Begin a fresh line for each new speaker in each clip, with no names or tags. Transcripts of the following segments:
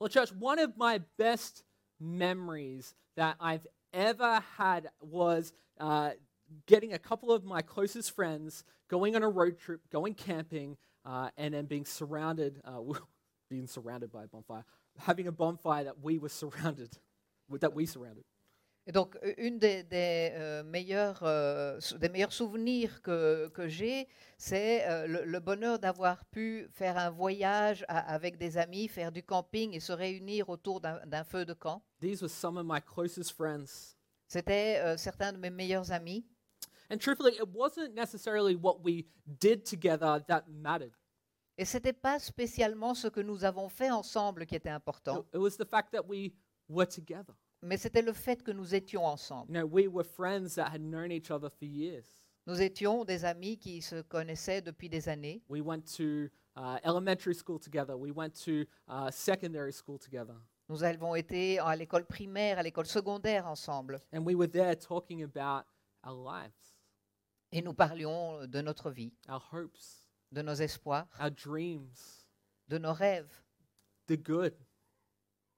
Well, church, one of my best memories that I've ever had was uh, getting a couple of my closest friends going on a road trip, going camping, uh, and then being surrounded, uh, being surrounded by a bonfire, having a bonfire that we were surrounded, that we surrounded.
Et donc, euh, une des, des, euh, meilleures, euh, sou- des meilleurs souvenirs que, que j'ai, c'est euh, le, le bonheur d'avoir pu faire un voyage a- avec des amis, faire du camping et se réunir autour d'un d'un feu de camp.
These were some of my closest friends.
C'était euh, certains de mes meilleurs amis.
And truthfully, it wasn't necessarily what we did together that mattered.
Et ce n'était pas spécialement ce que nous avons fait ensemble qui était important,
It- It was the fact that we were together.
mais c'était le fait que nous étions ensemble.
You know, we were friends that had known each other for years.
Nous étions des amis qui se connaissaient depuis des années.
We went to uh, elementary school together. We went to uh, secondary school together.
Nous avons été à l'école primaire, à l'école secondaire ensemble.
And we were there talking about our lives,
Et nous parlions de notre vie,
our hopes,
de nos espoirs,
our dreams,
de nos rêves,
the good,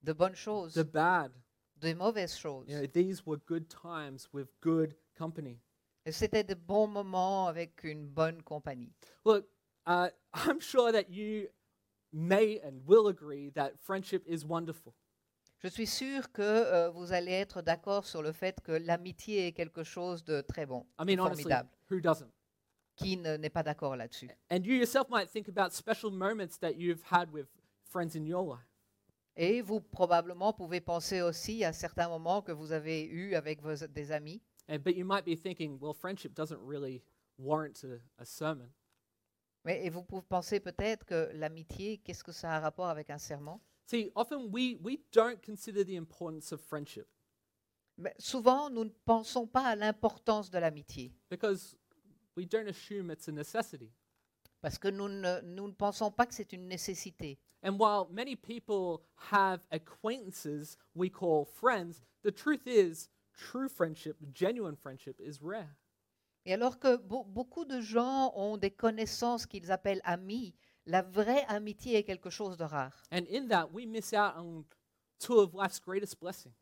de bonnes choses,
the bad.
des mauvaises choses.
You know, these were good times with good company.
Et c'était de bons moments avec une bonne compagnie.
Look, uh, I'm sure that you may and will agree that friendship is wonderful.
Je suis sûre que euh, vous allez être d'accord sur le fait que l'amitié est quelque chose de très bon,
I
de
mean, honestly,
formidable.
who doesn't?
Qui ne- n'est pas d'accord là-dessus
And you yourself might think about special moments that you've had with friends in your life.
Et vous probablement pouvez penser aussi à certains moments que vous avez eus avec vos, des amis.
And, but you might be thinking, well, friendship doesn't really warrant a, a sermon.
Mais, et vous pouvez penser peut-être que l'amitié, qu'est-ce que ça a un rapport avec un serment
See, often we, we don't consider the importance of friendship
Mais Souvent, nous ne pensons pas à l'importance de l'amitié
because we don't assume it's a necessity.
parce que nous ne, nous ne pensons pas que c'est une nécessité.
And while many people have acquaintances we call friends, the truth is true friendship, genuine friendship, is rare.
Et alors que beau- beaucoup de gens ont des connaissances qu'ils appellent amis, la vraie amitié est quelque chose de rare.
And in that, we miss out on two of life's greatest blessings.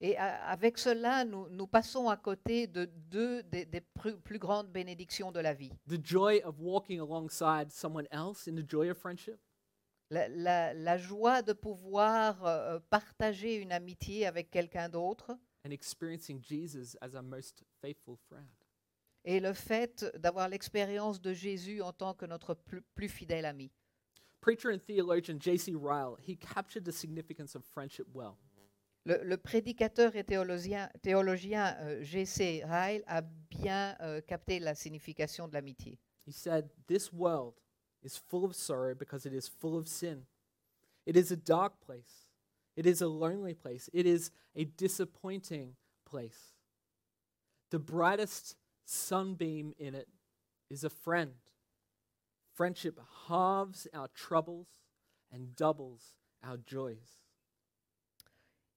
Et a- avec cela, nous, nous passons à côté de deux des, des pru- plus grandes bénédictions de la vie.
The joy of walking alongside someone else in the joy of friendship,
La, la- la joie de pouvoir euh, partager une amitié avec quelqu'un d'autre
and experiencing Jesus as our most faithful friend.
et le fait d'avoir l'expérience de Jésus en tant que notre plus, plus fidèle ami.
Preacher and theologian J.C. Ryle, he captured the significance of friendship well.
Le, le prédicateur et théologien, théologien euh, G.C. Ryle a bien euh, capté la signification de l'amitié.
He said, This world is full of sorrow because it is full of sin. It is a dark place. It is a lonely place. It is a disappointing place. The brightest sunbeam in it is a friend. Friendship halves our troubles and doubles our joys.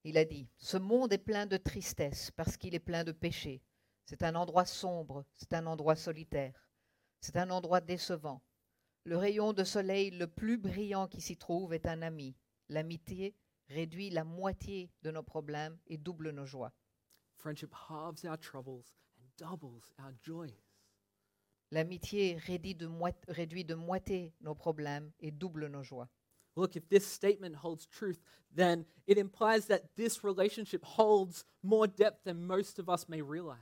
Il a dit Ce monde est plein de tristesse parce qu'il est plein de péchés. C'est un endroit sombre, c'est un endroit solitaire, c'est un endroit décevant. Le rayon de soleil le plus brillant qui s'y trouve est un ami. L'amitié réduit la moitié de nos problèmes et double nos joies.
Friendship halves our troubles and doubles our joys.
L'amitié réduit de, moi- réduit de moitié nos problèmes et double nos joies.
Look, if this statement holds truth, then it implies that this relationship holds more depth than most of us may realize.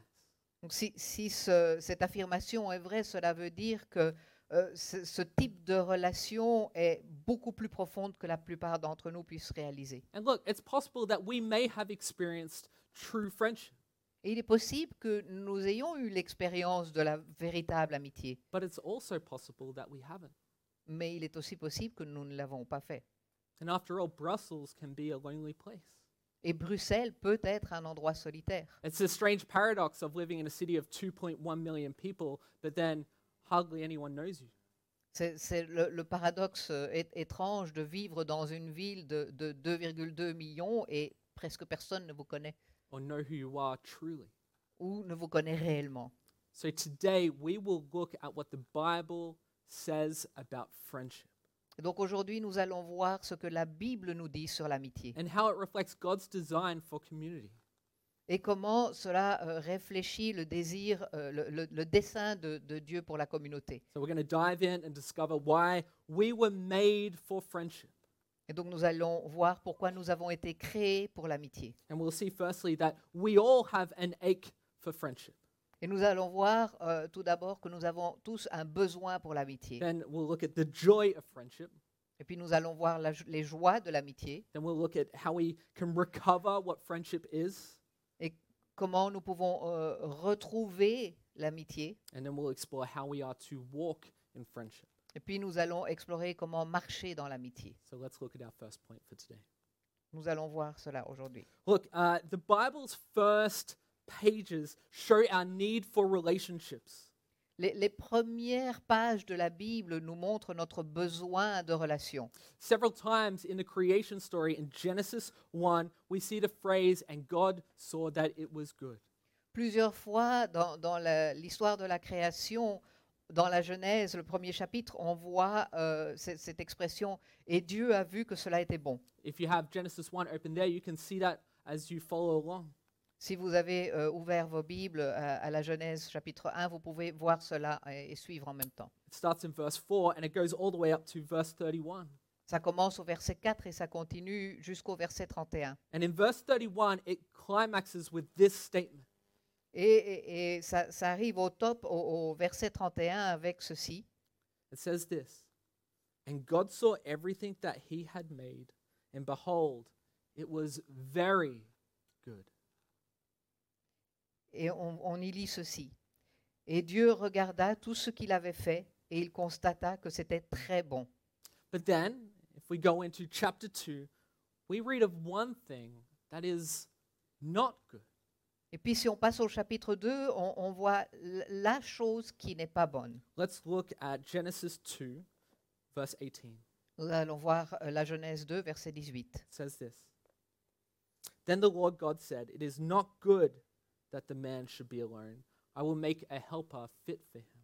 Donc si, si ce- cette affirmation est vraie, cela veut dire que euh, ce, ce type de relation est beaucoup plus profonde que la plupart d'entre nous puissent réaliser.
And look, it's possible that we may have experienced true friendship,
Et il est possible que nous ayons eu l'expérience de la véritable amitié,
but it's also possible that we haven't.
mais il est aussi possible que nous ne l'avons pas fait.
And after all, Brussels can be a lonely place.
Et Bruxelles peut être un endroit solitaire.
It's a strange paradox of living in a city of 2.1 million people, but then hardly anyone knows you.
C'est c'est le, le paradoxe euh, é- étrange de vivre dans une ville de, de 2,2 millions et presque personne ne vous connaît
or know who you are truly.
ou ne vous connaît réellement.
So today we will look at what the Bible says about friendship.
Et donc aujourd'hui, nous allons voir ce que la Bible nous dit sur l'amitié
and how it reflects God's design for community.
et comment cela euh, réfléchit le désir, euh, le, le- le dessein de, de Dieu pour la communauté.
So we're going to dive in and discover why we were made for friendship.
Et donc nous allons voir pourquoi nous avons été créés pour l'amitié.
And we'll see firstly that we all have an ache for friendship.
Et nous allons voir euh, tout d'abord que nous avons tous un besoin pour l'amitié.
Then we'll look at the joy of friendship.
Et puis nous allons voir la jo- les joies de l'amitié
Then we'll look at how we can recover what friendship is.
et comment nous pouvons euh, retrouver l'amitié.
And then we'll explore how we are to walk in friendship.
Et puis nous allons explorer comment marcher dans l'amitié.
So let's look at our first point for today.
Nous allons voir cela aujourd'hui.
Look, uh, the Bible's first pages show our need for relationships.
Les, les premières pages de la Bible nous montrent notre besoin de relations.
Several times in the creation story in Genesis 1, we see the phrase, and God saw that it was good.
Plusieurs fois dans, dans la- l'histoire de la création, dans la Genèse, le premier chapitre, on voit euh, cette, cette expression Et Dieu a vu que cela était bon.
If you have Genesis 1 open there, you can see that as you follow along.
Si vous avez euh, ouvert vos Bibles à, à la Genèse chapitre 1, vous pouvez voir cela et, et suivre en même temps.
It starts in verse 4 and it goes all the way up to verse 31.
Ça commence au verset 4 et ça continue jusqu'au verset 31.
And in verse 31, it climaxes with this statement
Et, et- et ça, ça arrive au top, au, au verset 31, avec ceci.
It says this And God saw everything that he had made, and behold, it was very good.
Et on, on y lit ceci. Et Dieu regarda tout ce qu'il avait fait, et il constata que c'était très bon.
But then, if we go into chapter 2, we read of one thing that is not good.
Et puis si on passe au chapitre 2, on, on voit l- la chose qui n'est pas bonne.
Let's look at Genesis 2, verse 18.
Nous allons voir euh, la Genèse 2, verset 18.
It says this Then the Lord God said, It is not good that the man should be alone. I will make a helper fit for him.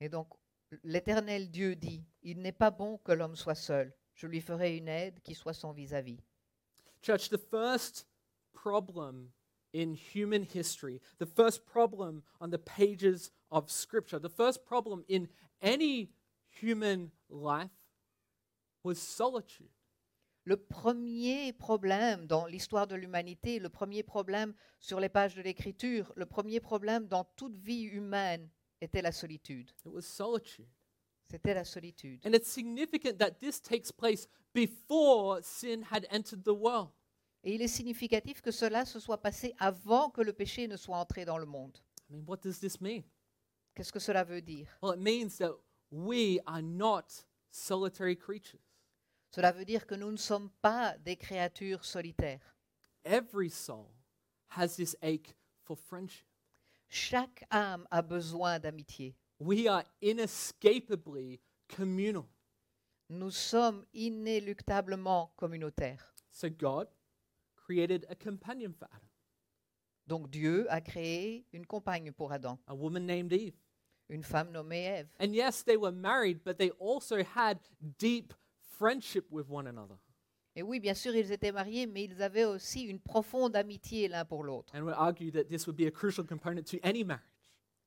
Et donc, l'Éternel Dieu dit, Il n'est pas bon que l'homme soit seul. Je lui ferai une aide qui soit son vis-à-vis.
Church, the first problem in human history, the first problem on the pages of Scripture, the first problem in any human life was solitude.
Le premier problème dans l'histoire de l'humanité, le premier problème sur les pages de l'Écriture, le premier problème dans toute vie humaine était la solitude.
It was solitude.
C'était la solitude.
And it's significant that this takes place before sin had entered the world.
Et il est significatif que cela se soit passé avant que le péché ne soit entré dans le monde.
I mean, what does this mean?
Qu'est-ce que cela veut dire
Well, it means that we are not solitary creatures.
Cela veut dire que nous ne sommes pas des créatures solitaires.
Every soul has this ache for friendship.
Chaque âme a besoin d'amitié.
We are inescapably communal.
Nous sommes inéluctablement communautaires.
So God created a companion for Adam,
Donc Dieu a créé une compagne pour Adam,
a woman named Eve.
une femme nommée Ève.
And yes, they were married, but they also had deep friendship with one another
Et oui, bien sûr, ils étaient mariés, mais ils avaient aussi une profonde amitié l'un pour l'autre.
and would argue that this would be a crucial component to any marriage.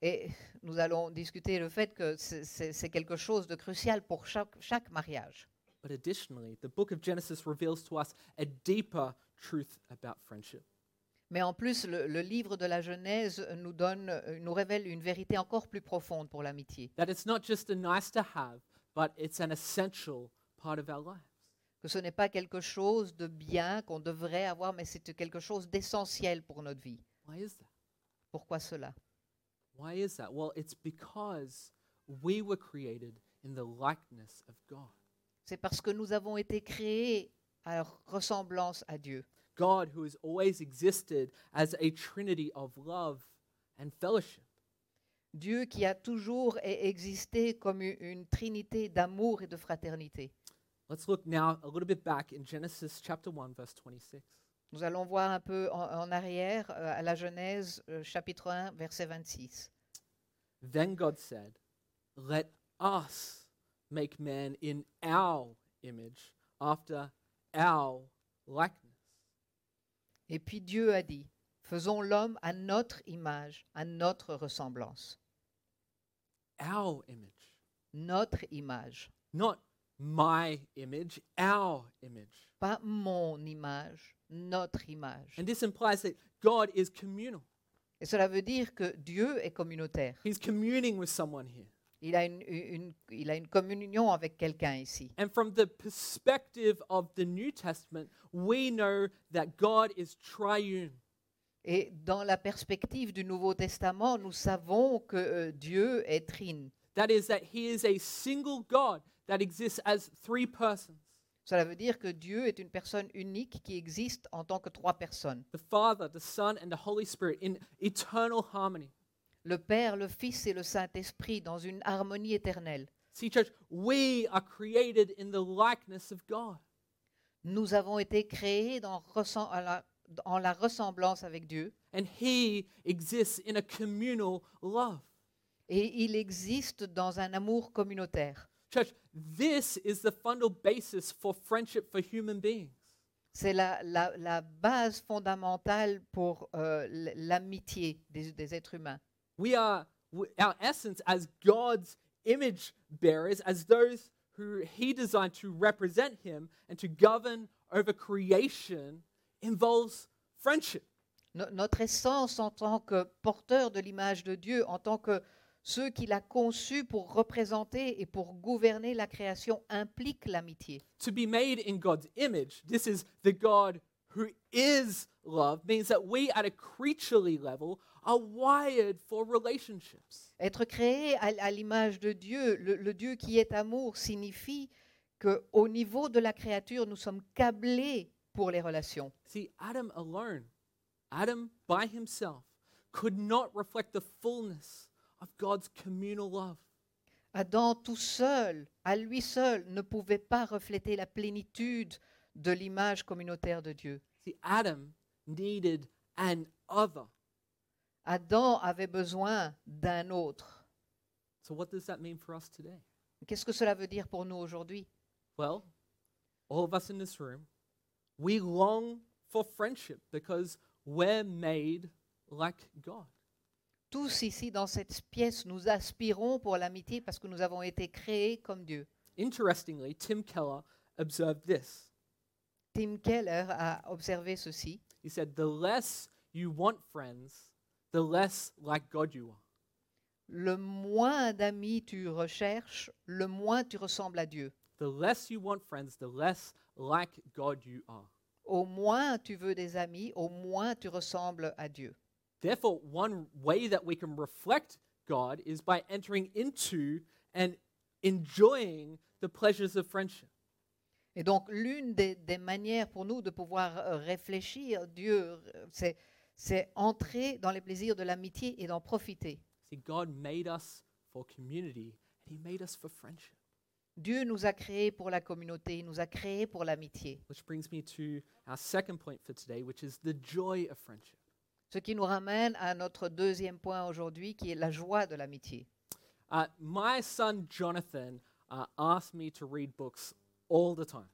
Et nous allons discuter le fait que c'est- c'est c'est quelque chose de crucial pour chaque, chaque mariage.
But additionally, the book of Genesis reveals to us a deeper truth about friendship.
Mais en plus, le, le livre de la Genèse nous, donne, euh, nous révèle une vérité encore plus profonde pour l'amitié.
That it's not just a nice to have, but it's an essential part of our lives.
Que ce n'est pas quelque chose de bien qu'on devrait avoir, mais c'est quelque chose d'essentiel pour notre vie.
Why is that?
Pourquoi cela
Why is that? Well, it's because we were created in the likeness of God.
C'est parce que nous avons été créés à ressemblance à Dieu.
God, who has always existed as a trinity of love and fellowship.
Dieu qui a toujours e- existé comme u- une trinité d'amour et de fraternité.
Let's look now a little bit back in Genesis chapter 1, verse 26.
Nous allons voir un peu en, en arrière euh, à la Genèse euh, chapitre 1 verset 26.
Then God said, Let us make man in our image, after our likeness.
Et puis Dieu a dit, faisons l'homme à notre image, à notre ressemblance.
Our image.
Notre image.
Not my image, our image.
Pas mon image, notre image.
And this implies that God is communal.
Et cela veut dire que Dieu est communautaire.
He's communing with someone here.
Il a une, une- il a une communion avec quelqu'un ici.
And from the perspective of the New Testament, we know that God is triune.
Et dans la perspective du Nouveau Testament, nous savons que euh, Dieu est trine.
That is, that He is a single God that exists as three persons
Cela veut dire que Dieu est une personne unique qui existe en tant que trois personnes.
the Father, the Son, and the Holy Spirit in eternal harmony.
Le Père, le Fils et le Saint-Esprit dans une harmonie éternelle.
See, church, we are created in the likeness of God.
Nous avons été créés dans ressem- à la- en la ressemblance avec Dieu
And He exists in a communal love.
et il existe dans un amour communautaire.
Church, this is the fundamental basis for friendship for human beings.
C'est la, la- la base fondamentale pour euh, l- l'amitié des, des êtres humains.
We are, w- our essence as God's image bearers, as those who He designed to represent Him and to govern over creation, involves friendship.
No- notre essence en tant que porteur de l'image de Dieu, en tant que ceux qu'il a conçus pour représenter et pour gouverner la création, implique l'amitié.
To be made in God's image, this is the God who is love, means that we at a creaturely level are wired for relationships.
Être créé à, à l'image de Dieu, le, le Dieu qui est amour, signifie que au niveau de la créature, nous sommes câblés pour les relations.
See, Adam alone, Adam by himself, could not reflect the fullness of God's communal love.
Adam tout seul, à lui seul, ne pouvait pas refléter la plénitude de l'image communautaire de Dieu.
See, Adam needed an other.
Adam avait besoin d'un autre.
So, what does that mean for us today?
Qu'est-ce que cela veut dire pour nous aujourd'hui
Well, all of us in this room, we long for friendship because we're made like God.
Tous ici dans cette pièce, nous aspirons pour l'amitié parce que nous avons été créés comme Dieu.
Interestingly, Tim Keller observed this.
Tim Keller a observé ceci.
He said, The less you want friends, the less like God you are.
Le moins d'amis tu recherches, le moins tu ressembles à Dieu.
The less you want friends, the less like God you are.
Au moins tu veux des amis, au moins tu ressembles à Dieu.
Therefore, one way that we can reflect God is by entering into and enjoying the pleasures of friendship.
Et donc l'une des, des manières pour nous de pouvoir euh, réfléchir Dieu, euh, c'est- c'est entrer dans les plaisirs de l'amitié et d'en profiter.
See, God made us for community and He made us for friendship.
Dieu nous a créés pour la communauté, il nous a créés pour l'amitié.
Which brings me to our second point for today, which is the joy of friendship.
Ce qui nous ramène à notre deuxième point aujourd'hui, qui est la joie de l'amitié.
Uh, my son Jonathan uh, asked me to read books all the time.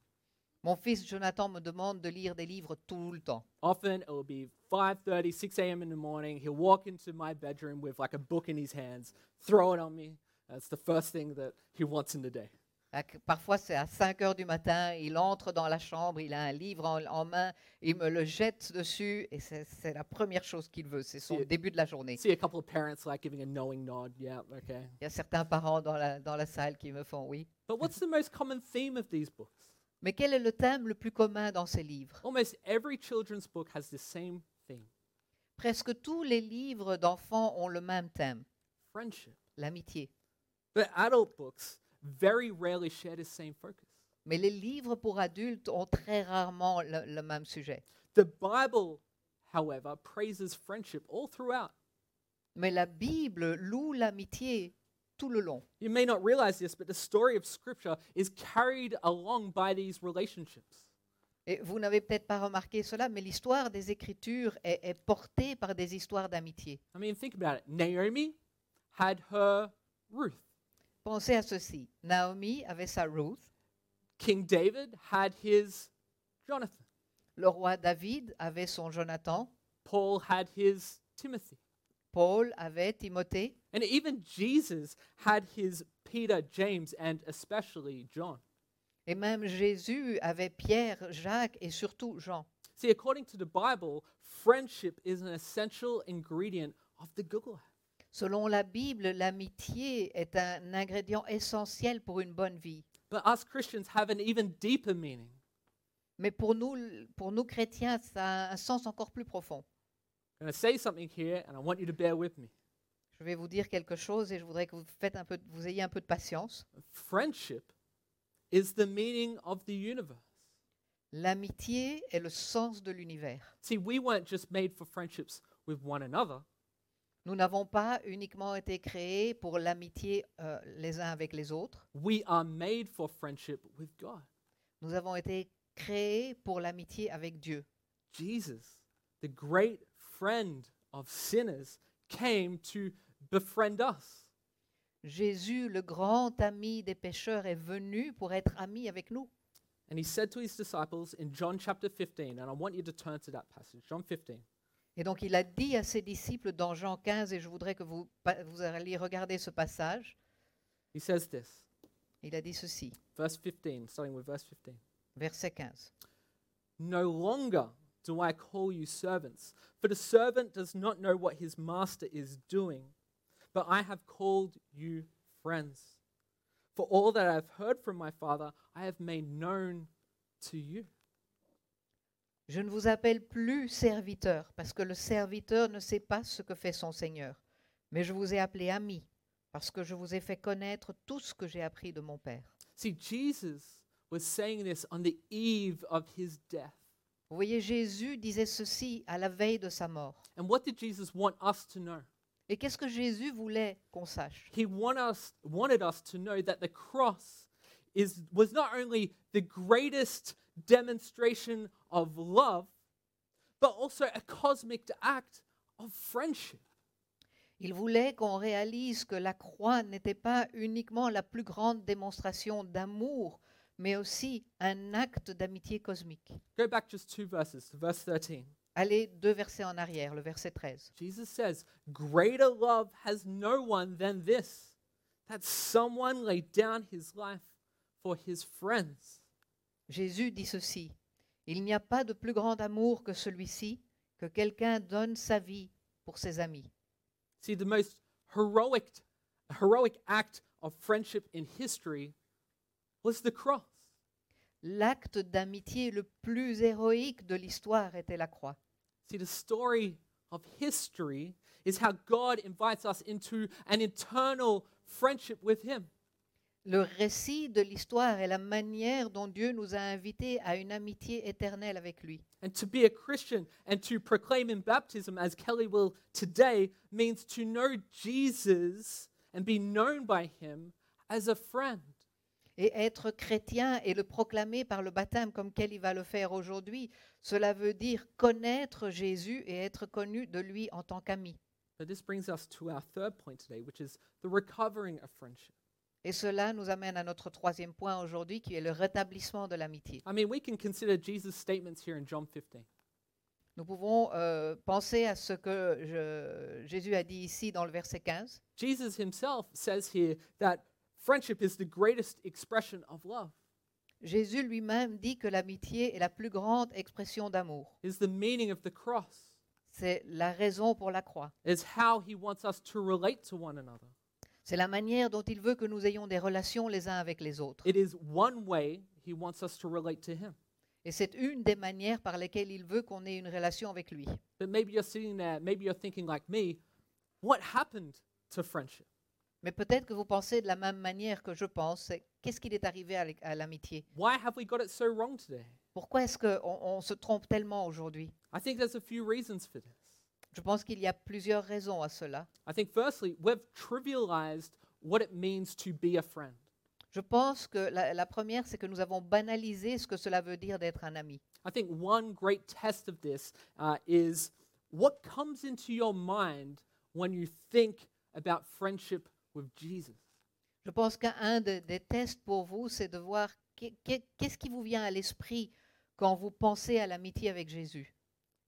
Mon fils Jonathan me demande de lire des livres tout le temps.
often it will be 5.30 6 a.m in the morning he'll walk into my bedroom with like a book in his hands throw it on me that's the first thing that he wants in the day
À que- Parfois, c'est à 5 heures du matin, il entre dans la chambre, il a un livre en, en main, il me le jette dessus et c'est c'est la première chose qu'il veut. C'est son
C'est-
début de la journée.
see a couple of parents like giving a knowing nod yeah okay
Il y a certains parents dans la, dans la salle qui me font oui.
but what's the most common theme of these books
Mais quel est le thème le plus commun dans ces livres
almost every children's book has the same theme
Presque tous les livres d'enfants ont le même thème,
friendship
l'amitié.
but adult books very rarely share this same focus
Mais les livres pour adultes ont très rarement le- le même sujet.
the bible however praises friendship all throughout
Mais la Bible loue l'amitié tout le long.
You may not realize this, but the story of Scripture is carried along by these relationships.
Et vous n'avez peut-être pas remarqué cela, mais l'histoire des Écritures est, est portée par des histoires d'amitié.
I mean, think about it. Naomi had her Ruth.
Pensez à ceci. Naomi avait sa Ruth,
King David had his Jonathan,
le roi David avait son Jonathan,
Paul had his Timothy,
Paul avait Timothée,
and even Jesus had his Peter, James, and especially John.
et même Jésus avait Pierre, Jacques et surtout Jean.
See, according to the Bible, friendship is an essential ingredient of the Google app.
Selon la Bible, l'amitié est un ingrédient essentiel pour une bonne vie.
But us Christians have an even deeper meaning.
Mais pour nous, l- pour nous chrétiens, ça a un sens encore plus profond.
I'm going to say something here, and I want you to bear with me.
Je vais vous dire quelque chose et je voudrais que vous, faites un peu, vous ayez un peu de patience.
Friendship is the meaning of the universe.
L'amitié est le sens de l'univers.
See, we weren't just made for friendships with one another,
Nous n'avons pas uniquement été créés pour l'amitié euh, les uns avec les autres.
we are made for friendship with God.
Nous avons été créés pour l'amitié avec Dieu.
Jesus, the great friend of sinners, came to befriend us.
Jésus, le grand ami des pécheurs, est venu pour être ami avec nous.
And he said to his disciples in John chapter 15, and I want you to turn to that passage, John 15.
Et donc il a dit à ses disciples dans Jean 15, et je voudrais que vous, pa- vous alliez regarder ce passage,
He says this,
il a dit ceci,
verse 15, starting with verse 15.
verset 15.
No longer do I call you servants, for the servant does not know what his master is doing, but I have called you friends. For all that I have heard from my Father, I have made known to you.
Je ne vous appelle plus serviteur, parce que le serviteur ne sait pas ce que fait son Seigneur, mais je vous ai appelé ami, parce que je vous ai fait connaître tout ce que j'ai appris de mon Père.
See, Jesus was saying this on the eve of his death.
Vous voyez, Jésus disait ceci à la veille de sa mort.
And what did Jesus want us to know?
Et qu'est-ce que Jésus voulait qu'on sache
He want us, wanted us to know that the cross is, was not only the greatest demonstration of love, but also a cosmic act of friendship.
Il voulait qu'on réalise que la croix n'était pas uniquement la plus grande démonstration d'amour, mais aussi un acte d'amitié cosmique.
Go back just two verses to verse 13.
Allez, deux versets en arrière, le verset 13.
Jesus says, Greater love has no one than this, that someone laid down his life for his friends.
Jésus dit ceci. Il n'y a pas de plus grand amour que celui-ci, que quelqu'un donne sa vie pour ses amis.
See, the most heroic, heroic act of friendship in history was the cross.
L'acte d'amitié le plus héroïque de l'histoire était la croix.
See, the story of history is how God invites us into an eternal friendship with Him.
Le récit de l'histoire est la manière dont Dieu nous a invités à une amitié éternelle avec lui.
And to be a Christian and to proclaim in baptism, as Kelly will today, means to know Jesus and be known by Him as a friend.
Et être chrétien et le proclamer par le baptême comme Kelly va le faire aujourd'hui, cela veut dire connaître Jésus et être connu de lui en tant qu'ami.
But this brings us to our third point today, which is the recovering of friendship.
Et cela nous amène à notre troisième point aujourd'hui qui est le rétablissement de l'amitié.
I mean, we can consider Jesus' statements here in John 15.
Nous pouvons euh, penser à ce que je- Jésus a dit ici dans le verset 15.
Jesus himself says here that friendship is the greatest expression of love,
Jésus lui-même dit que l'amitié est la plus grande expression d'amour.
is the meaning of the cross,
C'est la raison pour la croix.
is how he wants us to relate to one another.
C'est la manière dont il veut que nous ayons des relations les uns avec les autres.
It is one way he wants us to relate to him.
Et c'est une des manières par lesquelles il veut qu'on ait une relation avec lui.
But maybe you're sitting there, maybe you're thinking like me, what happened to friendship?
Mais peut-être que vous pensez de la même manière que je pense. c'est Qu'est-ce qu'il est arrivé à l'e- à l'amitié
Why have we got it so wrong today?
Pourquoi est-ce qu'on on se trompe tellement aujourd'hui
I think there's a few reasons for this.
Je pense qu'il y a plusieurs raisons à cela.
I think, firstly, we've trivialized what it means to be a friend.
Je pense que la, la première, c'est que nous avons banalisé ce que cela veut dire d'être un ami.
I think one great test of this uh, is what comes into your mind when you think about friendship with Jesus.
Je pense qu'un de- des tests pour vous, c'est de voir qu'est- qu'est- qu'est-ce qui vous vient à l'esprit quand vous pensez à l'amitié avec Jésus.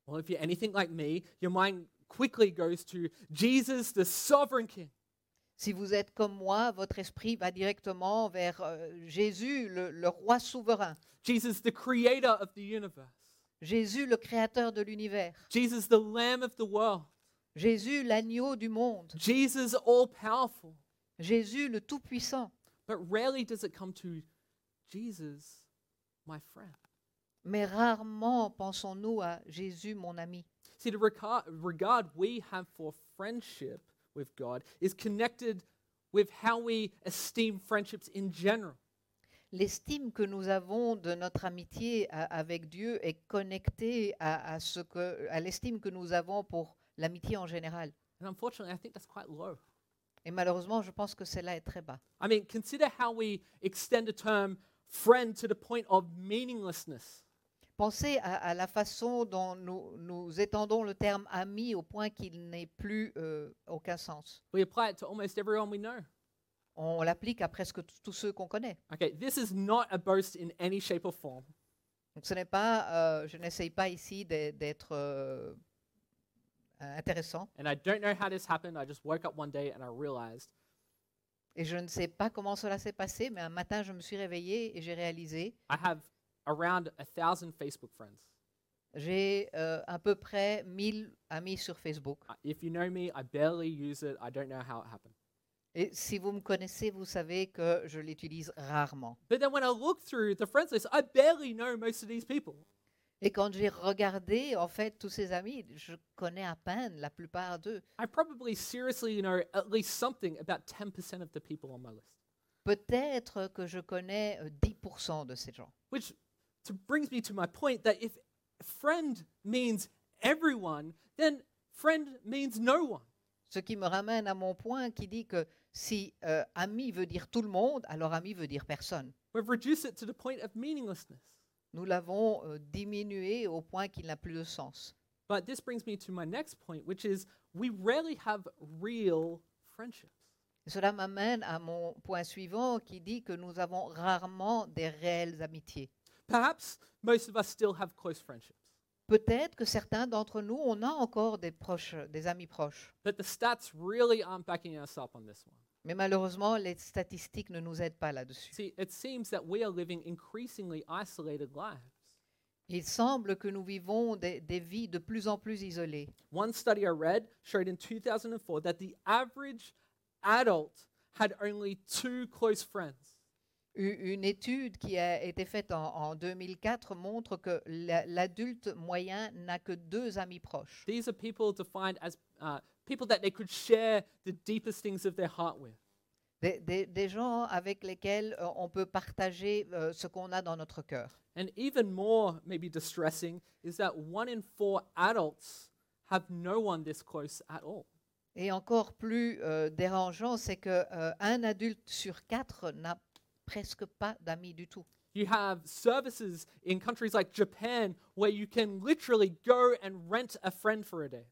Well, if you're anything like me, your mind quickly goes to Jesus, the sovereign king.
Si vous êtes comme moi, votre esprit va directement vers euh, Jésus, le, le roi souverain,
Jesus, the creator of the universe.
Jésus, le créateur de l'univers,
Jesus, the lamb of the world.
Jésus, l'agneau du monde,
Jesus, all powerful.
Jésus, le Tout-Puissant.
But rarely does it come to Jesus, my friend.
Mais rarement pensons-nous à Jésus, mon ami.
See, the regard, regard we have for friendship with God is connected with how we esteem friendships in general.
L'estime que nous avons de notre amitié a- avec Dieu est connectée à, à ce que, à l'estime que nous avons pour l'amitié en général.
And unfortunately, I think that's quite low.
Et malheureusement, je pense que cela est très bas.
I mean, consider how we extend the term friend to the point of meaninglessness.
Pensez à, à la façon dont nous, nous étendons le terme ami au point qu'il n'ait plus euh, aucun sens.
We apply it to almost everyone we know.
On l'applique à presque t- tous ceux qu'on connaît.
Okay, this is not a boast in any shape or form.
Donc ce n'est pas, euh, je n'essaye pas ici d'e- d'être euh, intéressant.
And I don't know how this happened. I just woke up one day and I realized
Et je ne sais pas comment cela s'est passé, mais un matin, je me suis réveillée et j'ai réalisé,
I have around a thousand Facebook friends.
j'ai euh, à peu près 1000 amis sur Facebook.
Uh, If you know me, I barely use it. I don't know how it happened.
Et si vous me connaissez, vous savez que je l'utilise rarement.
But then when I look through the friends list, I barely know most of these people.
Et quand j'ai regardé, en fait, tous ces amis, je connais à peine la plupart d'eux.
I probably seriously know at least something about 10% of the people on my list.
Peut-être que je connais euh, 10% de ces gens.
Which to brings me to my point that if friend means everyone, then friend means no one.
Ce qui me ramène à mon point qui dit que si euh, ami veut dire tout le monde, alors ami veut dire personne.
We've reduced it to the point of meaninglessness.
Nous l'avons euh, diminué au point qu'il n'a plus de sens.
But this brings me to my next point, which is we rarely have real friendships.
Cela m'amène à mon point suivant qui dit que nous avons rarement des réelles amitiés.
Perhaps most of us still have close friendships.
Peut-être que certains d'entre nous, on a encore des proches, des amis proches.
But the stats really aren't backing us up on this one.
Mais malheureusement, les statistiques ne nous aident pas là-dessus.
See, it seems that we are living increasingly isolated lives.
Il semble que nous vivons des, des vies de plus en plus isolées.
One study I read showed in 2004 that the average adult had only two close friends.
U- Une étude qui a été faite en, en 2004 montre que la- l'adulte moyen n'a que deux amis proches.
These are people defined as uh, people that they could share the deepest things of their heart with.
Des, des- des gens avec lesquels euh, on peut partager euh, ce qu'on a dans notre cœur.
And even more, maybe distressing, is that one in four adults have no one this close at all.
Et encore plus euh, dérangeant, c'est que euh, un adulte sur quatre n'a presque pas d'amis du tout.
You have services in countries like Japan where you can literally go and rent a friend for a day.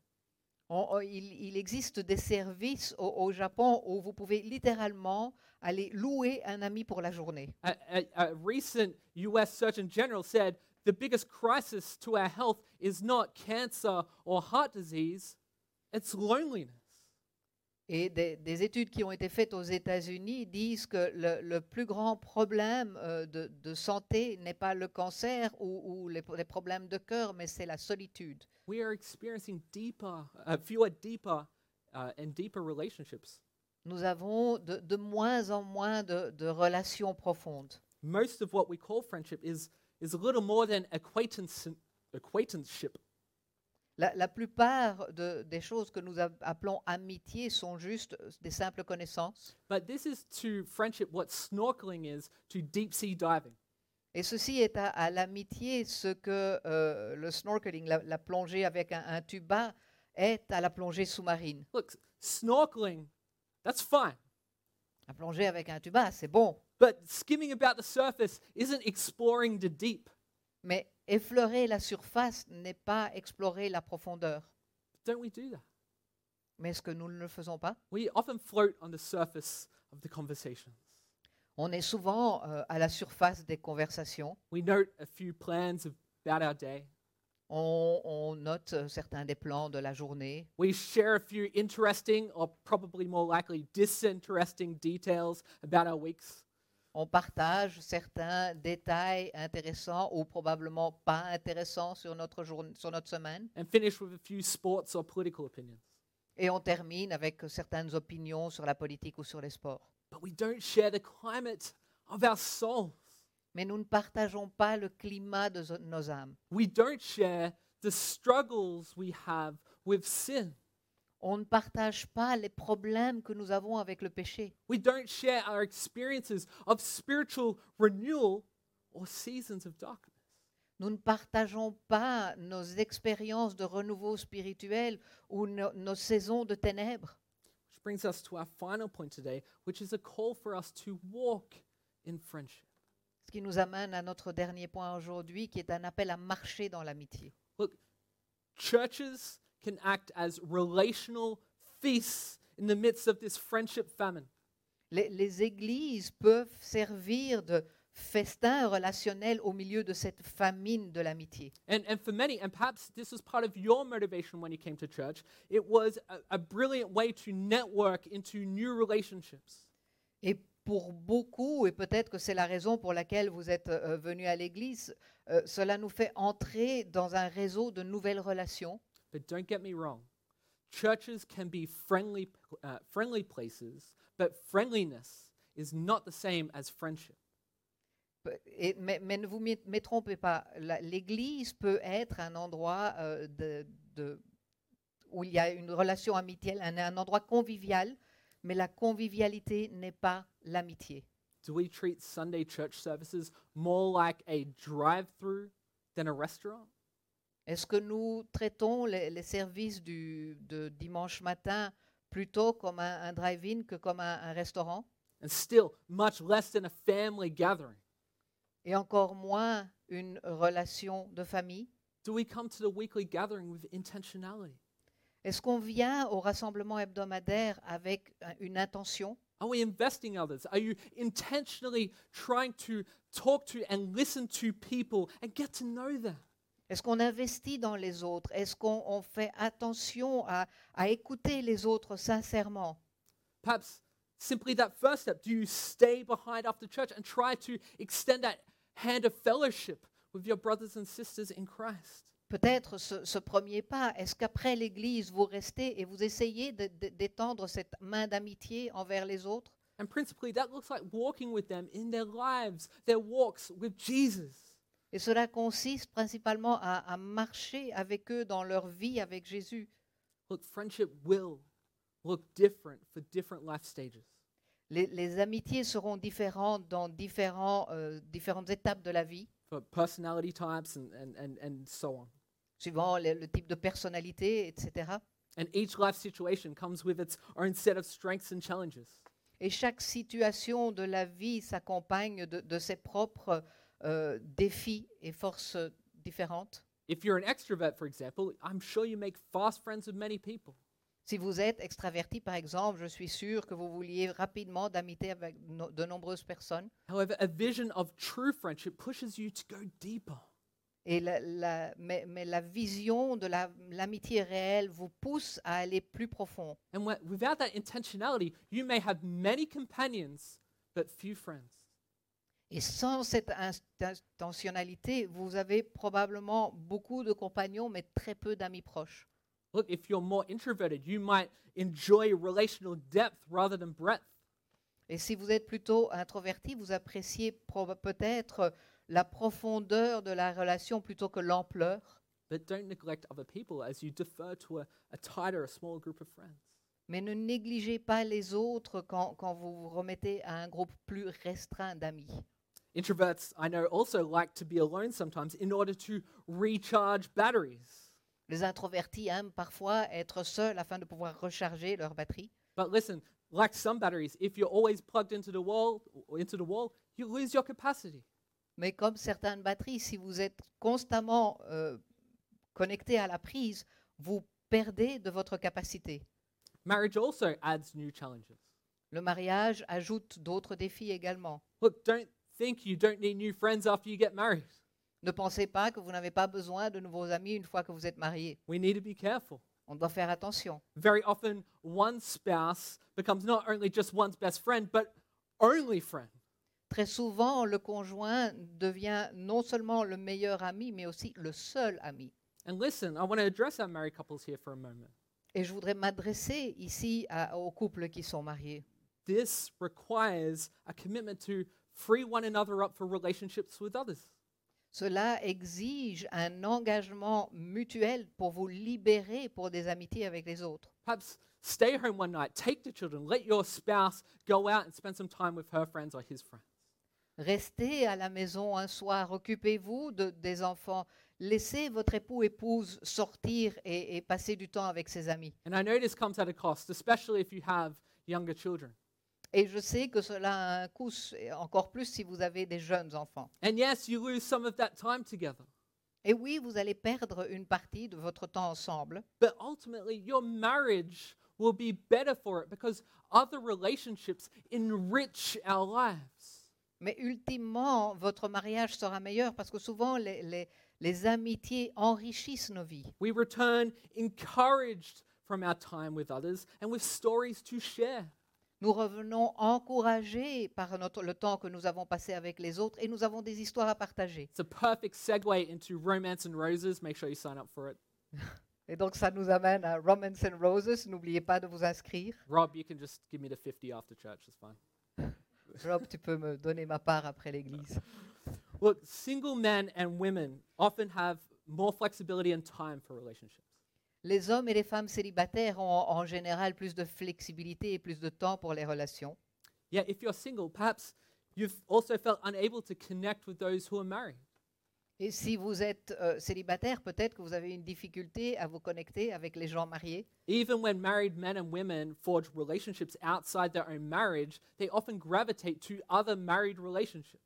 On- on- il, il existe des services au, au Japon où vous pouvez littéralement aller louer un ami pour la journée.
A, a- a recent US Surgeon General said the biggest crisis to our health is not cancer or heart disease, it's loneliness.
Et des, des études qui ont été faites aux États-Unis disent que le, le plus grand problème euh, de, de santé n'est pas le cancer ou, ou les, les problèmes de cœur, mais c'est la solitude.
We are experiencing deeper, uh, fewer deeper uh, and deeper relationships.
Nous avons de, de moins en moins de- de relations profondes.
Most of what we call friendship is, is little more than acquaintance, acquaintanceship.
La, la plupart de- des choses que nous a- appelons amitié sont juste euh, des simples connaissances.
But this is to friendship what snorkeling is to deep sea diving.
Et ceci est à, à l'amitié ce que euh, le snorkeling, la, la plongée avec un, un tuba, est à la plongée sous-marine.
Look, snorkeling, that's fine.
La plongée avec un tuba, c'est bon.
But skimming about the surface isn't exploring the deep.
Mais effleurer la surface n'est pas explorer la profondeur.
Don't we do that?
Mais est-ce que nous ne le faisons pas
We often float on the surface of the conversations.
On est souvent euh, à la surface des conversations.
We note a few plans about our day.
On, on note euh, certains des plans de la journée.
We share a few interesting, or probably more likely disinteresting, details about our weeks.
On partage certains détails intéressants ou probablement pas intéressants sur notre, journ- sur notre semaine.
and finish with a few sports or political opinions.
Et on termine avec euh, certaines opinions sur la politique ou sur les sports.
But we don't share the climate of our souls.
Mais nous ne partageons pas le climat de zo- nos âmes.
We don't share the struggles we have with sin.
On ne partage pas les problèmes que nous avons avec le péché.
We don't share our experiences of spiritual renewal or seasons of darkness.
Nous ne partageons pas nos expériences de renouveau spirituel ou no- nos saisons de ténèbres.
Which brings us to our final point today, which is a call for us to walk in friendship.
Ce qui nous amène à notre dernier point aujourd'hui, qui est un appel à marcher dans l'amitié.
Look, churches can act as relational feasts in the midst of this friendship famine.
Les, les églises peuvent servir de festin relationnel au milieu de cette famine de l'amitié.
And, and for many, and perhaps this was part of your motivation when you came to church, it was a, a brilliant way to network into new relationships.
Et pour beaucoup, et peut-être que c'est la raison pour laquelle vous êtes euh, venus à l'église, euh, cela nous fait entrer dans un réseau de nouvelles relations.
But don't get me wrong, churches can be friendly, uh, friendly places, but friendliness is not the same as friendship.
Pe- et- mais, mais ne vous m'y- m'y trompez pas, la- l'Église peut être un endroit euh, de, de- où il y a une relation amitielle, un, un endroit convivial, mais la convivialité n'est pas l'amitié.
Do we treat Sunday church services more like a drive through than a restaurant?
Est-ce que nous traitons les, les services du, de dimanche matin plutôt comme un, un drive-in que comme un, un restaurant
And still, much less than a family gathering.
et encore moins une relation de famille
Do we come to the weekly gathering with intentionality?
Est-ce qu'on vient au rassemblement hebdomadaire avec euh, une intention
Are we investing others? Are you intentionally trying to talk to and listen to people and get to know them?
Est-ce qu'on investit dans les autres Est-ce qu'on on fait attention à, à écouter les autres sincèrement
Perhaps simply that first step. Do you stay behind after church and try to extend that hand of fellowship with your brothers and sisters in Christ?
Peut-être ce, ce premier pas, est-ce qu'après l'Église, vous restez et vous essayez de- de- d'étendre cette main d'amitié envers les autres
And principally, that looks like walking with them in their lives, their walks with Jesus.
Et cela consiste principalement à, à marcher avec eux dans leur vie avec Jésus.
Look, friendship will look different for different life stages.
Les, les amitiés seront différentes dans différents, euh, différentes étapes de la vie,
For personality types and, and, and, and so on.
suivant le- le type de personnalité, etc.
And each life situation comes with its own set of strengths and challenges.
Et chaque situation de la vie s'accompagne de, de ses propres euh, défis et forces euh, différentes.
If you're an extrovert, for example, I'm sure you make fast friends with many people.
Si vous êtes extraverti, par exemple, je suis sûr que vous vouliez rapidement d'amitié avec no- de nombreuses personnes.
However, a vision of true friendship pushes you to go deeper.
Et la- la- mais, mais la vision de la- l'amitié réelle vous pousse à aller plus profond.
And wh- without that intentionality, you may have many companions, but few friends.
Et sans cette inst- intentionnalité, vous avez probablement beaucoup de compagnons, mais très peu d'amis proches.
Look, if you're more introverted, you might enjoy relational depth rather than breadth.
Et si vous êtes plutôt introverti, vous appréciez proba- peut-être la profondeur de la relation plutôt que l'ampleur.
But don't neglect other people as you defer to a, a tighter, a smaller group of friends.
Mais ne négligez pas les autres quand, quand vous vous remettez à un groupe plus restreint d'amis.
Introverts, I know, also like to be alone sometimes in order to recharge batteries.
Les introvertis aiment parfois être seuls afin de pouvoir recharger leur batterie.
But listen, like some batteries, if you're always plugged into the wall, or into the wall, you lose your capacity.
Mais comme certaines batteries, si vous êtes constamment euh, connecté à la prise, vous perdez de votre capacité.
Marriage also adds new challenges.
Le mariage ajoute d'autres défis également.
Look, don't think you don't need new friends after you get married.
Ne pensez pas que vous n'avez pas besoin de nouveaux amis une fois que vous êtes marié.
We need to be careful.
On doit faire attention.
Very often, one spouse becomes not only just one's best friend, but only friend.
Très souvent, le conjoint devient non seulement le meilleur ami, mais aussi le seul ami.
And listen, I want to address our married couples here for a moment.
Et je voudrais m'adresser ici à- aux couples qui sont mariés.
This requires a commitment to free one another up for relationships with others.
Cela exige un engagement mutuel pour vous libérer pour des amitiés avec les autres.
Perhaps stay home one night, take the children, let your spouse go out and spend some time with her friends or his friends.
Restez à la maison un soir, occupez-vous de- des enfants, laissez votre époux épouse sortir et, et passer du temps avec ses amis.
And I know this comes at a cost, especially if you have younger children.
Et je sais que cela a un coût, s- et encore plus si vous avez des jeunes enfants.
And yes, you lose some of that time together.
Et oui, vous allez perdre une partie de votre temps ensemble,
But ultimately, your marriage will be better for it because other relationships enrich our lives.
mais ultimement, votre mariage sera meilleur parce que souvent, les, les- les amitiés enrichissent nos vies.
We return encouraged from our time with others and with stories to share.
Nous revenons encouragés par notre- le temps que nous avons passé avec les autres et nous avons des histoires à partager.
It's a perfect segue into Romance and Roses. Make sure you sign up for it.
Et donc ça nous amène à Romance and Roses. N'oubliez pas de vous inscrire.
Rob, you can just give me the 50 after church. It's fine.
Rob, tu peux me donner ma part après l'église.
Look, single men and women often have more flexibility and time for relationships.
Les hommes et les femmes célibataires ont en général plus de flexibilité et plus de temps pour les relations.
Yet, if you're single, perhaps you've also felt unable to connect with those who are married.
Et si vous êtes euh, célibataire, peut-être que vous avez une difficulté à vous connecter avec les gens mariés.
Even when married men and women forge relationships outside their own marriage, they often gravitate to other married relationships.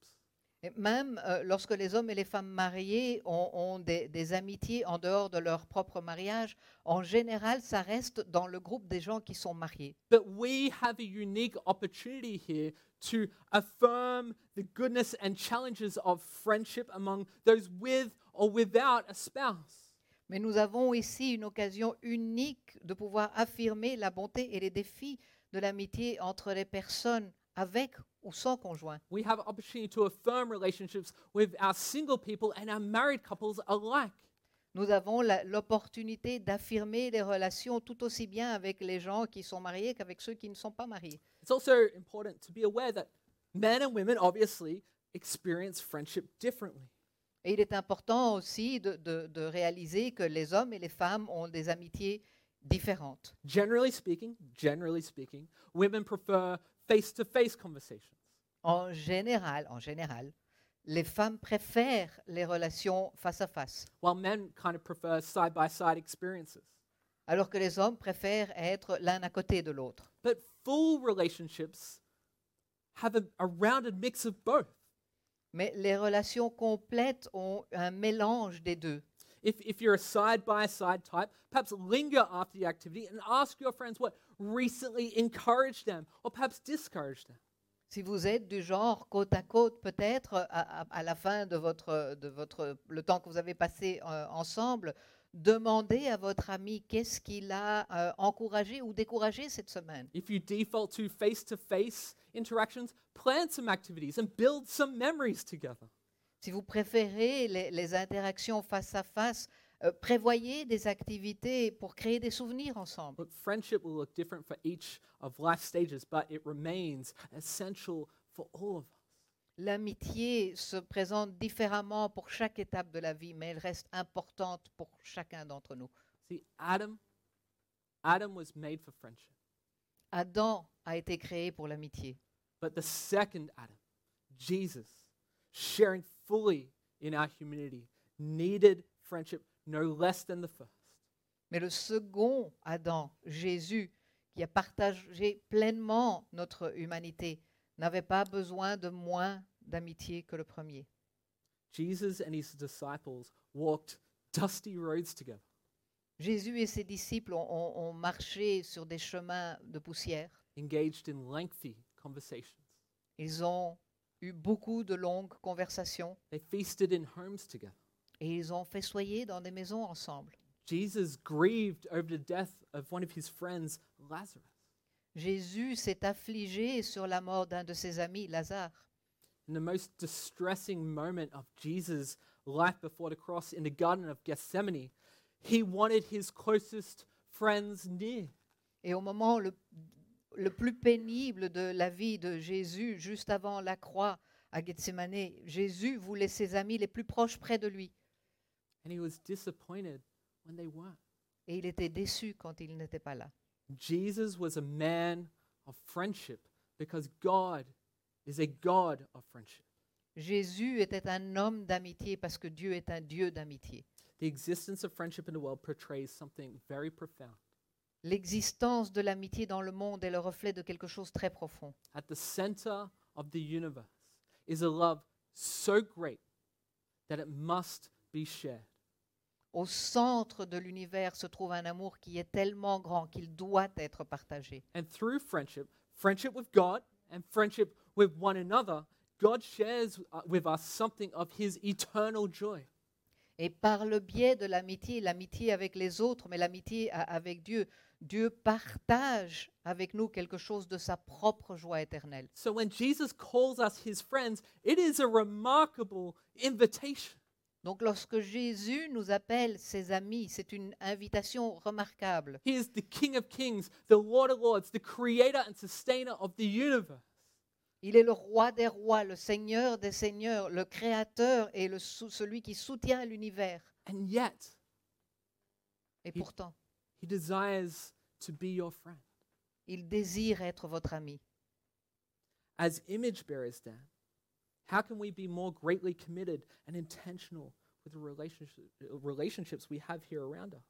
Et même euh, lorsque les hommes et les femmes mariés ont, ont des, des amitiés en dehors de leur propre mariage, en général, ça reste dans le groupe des gens qui sont mariés.
But we have a unique opportunity here to affirm the goodness and challenges of friendship among those with or without a spouse.
Mais nous avons ici une occasion unique de pouvoir affirmer la bonté et les défis de l'amitié entre les personnes avec ou sans conjoint.
We have an opportunity to affirm relationships with our single people and our married couples alike.
Nous avons la- l'opportunité d'affirmer les relations tout aussi bien avec les gens qui sont mariés qu'avec ceux qui ne sont pas mariés.
It's also important to be aware that men and women obviously experience friendship differently.
Et il est important aussi de, de- de réaliser que les hommes et les femmes ont des amitiés différentes.
Generally speaking, generally speaking, women prefer face-to-face conversations.
En général, en général, les femmes préfèrent les relations face à face,
while men kind of prefer side by side experiences.
alors que les hommes préfèrent être l'un à côté de l'autre.
But full relationships have a, a rounded mix of both.
Mais les relations complètes ont un mélange des deux.
If, if you're a side by side type, perhaps linger after the activity and ask your friends what recently encouraged them or perhaps discouraged them.
Si vous êtes du genre côte à côte, peut-être euh, à, à- à la fin de votre, de votre le temps que vous avez passé euh, ensemble, demandez à votre ami qu'est-ce qui l'a euh, encouragé ou découragé cette semaine.
If you default to face to face interactions, plan some activities and build some memories together.
Si vous préférez les, les interactions face à face, euh, prévoyez des activités pour créer des souvenirs ensemble.
Look, friendship will look different for each of life's stages, but it remains essential for all of us.
L'amitié se présente différemment pour chaque étape de la vie, mais elle reste importante pour chacun d'entre nous.
See, Adam, Adam was made for friendship.
Adam a été créé pour l'amitié.
But the second Adam, Jesus, sharing fully in our humanity, needed friendship no less than the first.
Mais le second Adam, Jésus, qui a partagé pleinement notre humanité, n'avait pas besoin de moins d'amitié que le premier.
Jesus and his disciples walked dusty roads together.
Jésus et ses disciples ont, ont- ont marché sur des chemins de poussière.
engaged in lengthy conversations.
Ils ont eu beaucoup de longues conversations
They feasted in homes together.
et ils ont festoyé dans des maisons ensemble.
Jesus grieved over the death of one of his friends, Lazarus.
Jésus s'est affligé sur la mort d'un de ses amis, Lazare.
In the most distressing moment of Jesus' life before the cross in the Garden of Gethsemane, he wanted his closest friends near.
Et au moment le, le plus pénible de la vie de Jésus, juste avant la croix à Gethsemane, Jésus voulait ses amis les plus proches près de lui.
And he was disappointed when they weren't.
Et il était déçu quand il n'était pas là.
Jesus was a man of friendship because God is a God of friendship.
Jésus était un homme d'amitié parce que Dieu est un Dieu d'amitié.
The existence of friendship in the world portrays something very profound.
L'existence de l'amitié dans le monde est le reflet de quelque chose de très profond.
At the center of the universe is a love so great that it must be shared.
Au centre de l'univers se trouve un amour qui est tellement grand qu'il doit être partagé.
And through friendship, friendship with God and friendship with one another, God shares uh, with us something of his eternal joy.
Et par le biais de l'amitié, l'amitié avec les autres, mais l'amitié a- avec Dieu, Dieu partage avec nous quelque chose de sa propre joie éternelle.
So when Jesus calls us his friends, it is a remarkable invitation.
Donc lorsque Jésus nous appelle ses amis, c'est une invitation remarquable.
He is the King of Kings, the Lord of Lords, the creator and sustainer of the universe.
Il est le roi des rois, le seigneur des seigneurs, le créateur et le sou- celui qui soutient l'univers.
And yet,
Et
Il-
pourtant,
he desires to be your friend.
il désire être votre ami.
As image bearers, then, how can we be more greatly committed and intentional with the relationship, uh, relationships we have here around us?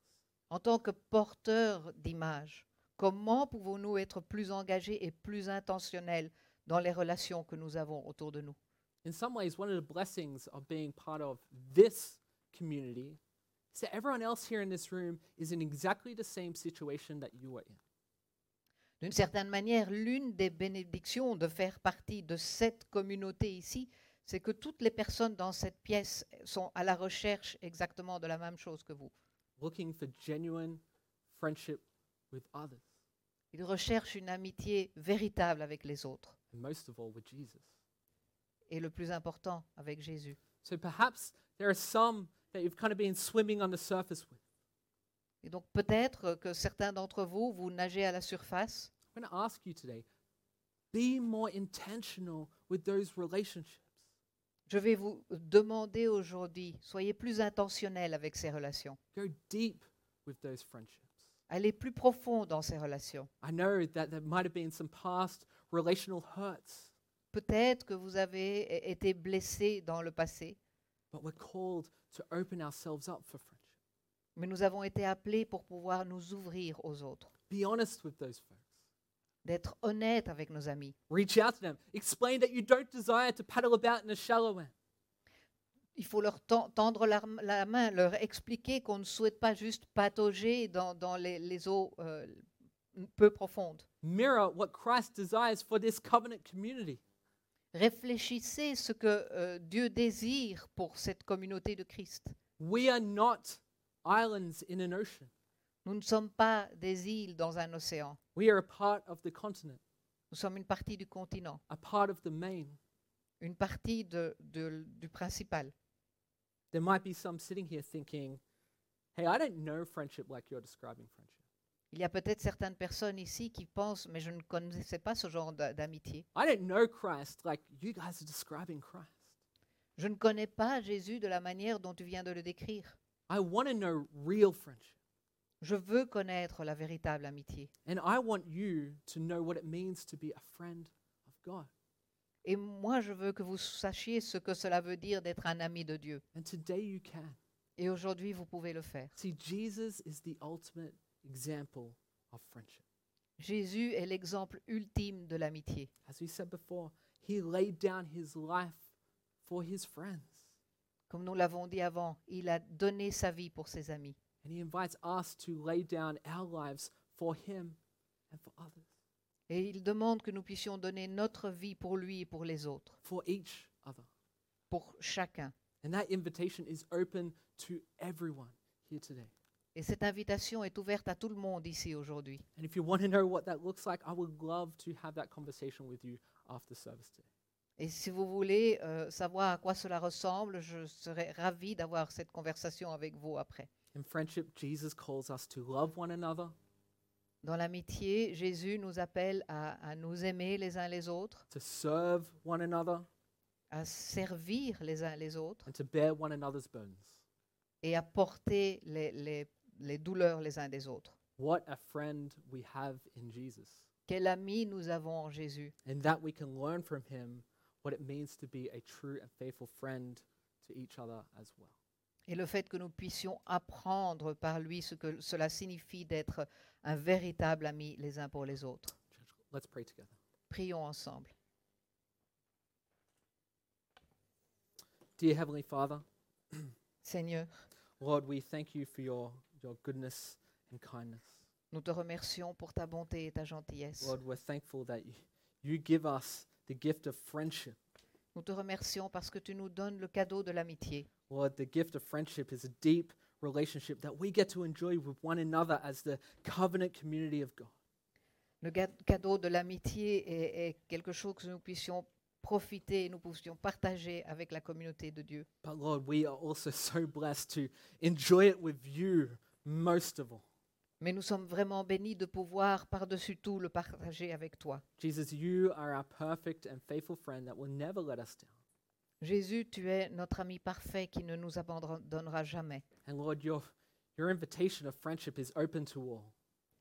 En tant que porteur d'image, comment pouvons-nous être plus engagés et plus intentionnels dans les relations que nous avons autour de nous
In some ways, one of the blessings of being part of this community is that everyone else here in this room is in exactly the same situation that you are in.
D'une certaine manière, l'une des bénédictions de faire partie de cette communauté ici, c'est que toutes les personnes dans cette pièce sont à la recherche exactement de la même chose que vous.
looking for genuine friendship with others,
Ils recherchent une amitié véritable avec les autres
and most of all with Jesus.
et le plus important, avec Jésus.
So perhaps there are some that you've kind of been swimming on the surface with.
Et donc peut-être que certains d'entre vous, vous nagez à la surface
I'm going to ask you today be more intentional with those relationships.
Je vais vous demander aujourd'hui, soyez plus intentionnels avec ces relations.
Go deep with those friendships.
Allez plus profond dans ces relations.
I know that there might have been some past relational hurts,
Peut-être que vous avez é- été blessé dans le passé,
but we're called to open ourselves up for friendship.
mais nous avons été appelés pour pouvoir nous ouvrir aux autres,
Be honest with those folks.
d'être honnêtes avec nos amis.
Reach out to them. Explain that you don't desire to paddle about in the shallow end.
Il faut leur ten- tendre la, rm- la main, leur expliquer qu'on ne souhaite pas juste patauger dans, dans les, les eaux euh, peu profondes.
mirror what Christ desires for this covenant community.
Réfléchissez ce que euh, Dieu désire pour cette communauté de Christ.
We are not islands in an ocean.
Nous ne sommes pas des îles dans un océan.
We are a part of the continent,
Nous sommes une partie du continent,
a part of the main.
une partie de- de- du principal.
There might be some sitting here thinking, hey, I don't know friendship like you're describing friendship.
Il y a peut-être certaines personnes ici qui pensent, mais je ne connaissais pas ce genre d'a- d'amitié.
I don't know Christ like you guys are describing Christ.
Je ne connais pas Jésus de la manière dont tu viens de le décrire.
I want to know real friendship.
Je veux connaître la véritable amitié.
And I want you to know what it means to be a friend of God.
Et moi, je veux que vous sachiez ce que cela veut dire d'être un ami de Dieu.
And today you can.
Et aujourd'hui, vous pouvez le faire.
See, Jesus is the ultimate example of friendship.
Jésus est l'exemple ultime de l'amitié.
As we said before, he laid down his life for his friends.
Comme nous l'avons dit avant, il a donné sa vie pour ses amis.
And He invites us to lay down our lives for Him and for others,
Et il demande que nous puissions donner notre vie pour lui et pour les autres,
for each other.
pour chacun.
And that invitation is open to everyone here today.
Et cette invitation est ouverte à tout le monde ici aujourd'hui.
And if you want to know what that looks like, I would love to have that conversation with you after service today.
Et si vous voulez euh, savoir à quoi cela ressemble, je serais ravie d'avoir cette conversation avec vous après.
In friendship, Jesus calls us to love one another,
Dans l'amitié, Jésus nous appelle à, à nous aimer les uns les autres,
to serve one another,
à servir les uns les autres
and to bear one another's burdens.
et à porter les, les- les douleurs les uns des autres.
What a friend we have in Jesus.
Quel ami nous avons en Jésus
And that we can learn from him what it means to be a true and faithful friend to each other as well.
et le fait que nous puissions apprendre par lui ce que cela signifie d'être un véritable ami les uns pour les autres.
Church, let's pray together.
Prions ensemble.
Dear Heavenly Father,
Seigneur,
Lord, we thank you for your, your goodness and kindness.
nous te remercions pour ta bonté et ta gentillesse.
Lord, we're thankful that you, you give us the gift of friendship.
Nous te remercions parce que tu nous donnes le cadeau de l'amitié.
Lord, the gift of friendship is a deep relationship that we get to enjoy with one another as the covenant community of God.
Le ga- cadeau de l'amitié est, est quelque chose que nous puissions profiter, nous puissions partager avec la communauté de Dieu.
But Lord, we are also so blessed to enjoy it with you most of all.
Mais nous sommes vraiment bénis de pouvoir par-dessus tout le partager avec toi.
Jesus, you are our perfect and faithful friend that will never let us down.
Jésus, tu es notre ami parfait qui ne nous abandonnera jamais.
And Lord, your, your invitation of friendship is open to all.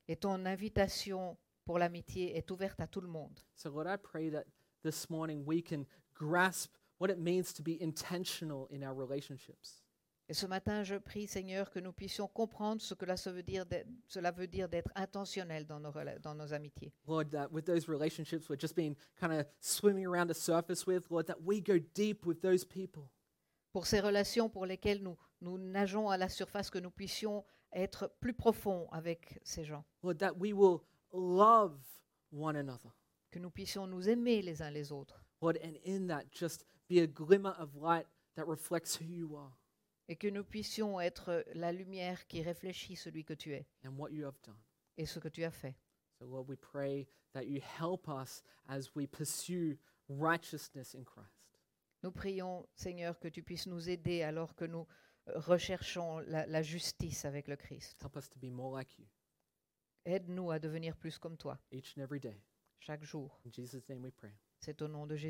Et ton invitation pour l'amitié est ouverte à tout le monde.
So, Lord, I pray that this morning we can grasp what it means to be intentional in our relationships.
Et ce matin, je prie, Seigneur, que nous puissions comprendre ce que là, ça veut dire d'être- cela veut dire d'être intentionnel dans nos, rela- dans nos amitiés.
Lord, that with those relationships we're just been kind of swimming around the surface with, Lord, that we go deep with those people.
Pour ces relations pour lesquelles nous, nous nageons à la surface, que nous puissions être plus profonds avec ces gens,
Lord, that we will love one another.
que nous puissions nous aimer les uns les autres,
Lord, and in that just be a glimmer of light that reflects who you are
et que nous puissions être la lumière qui réfléchit celui que tu es
and what you have done.
et ce que tu as fait.
So, Lord, we pray that you help us as we pursue righteousness in Christ.
Nous prions, Seigneur, que tu puisses nous aider alors que nous euh, recherchons la, la justice avec le Christ.
Help us to be more like you
Aide-nous à devenir plus comme toi
each and every day.
chaque jour.
In Jesus' name we pray.
C'est au nom de Jésus.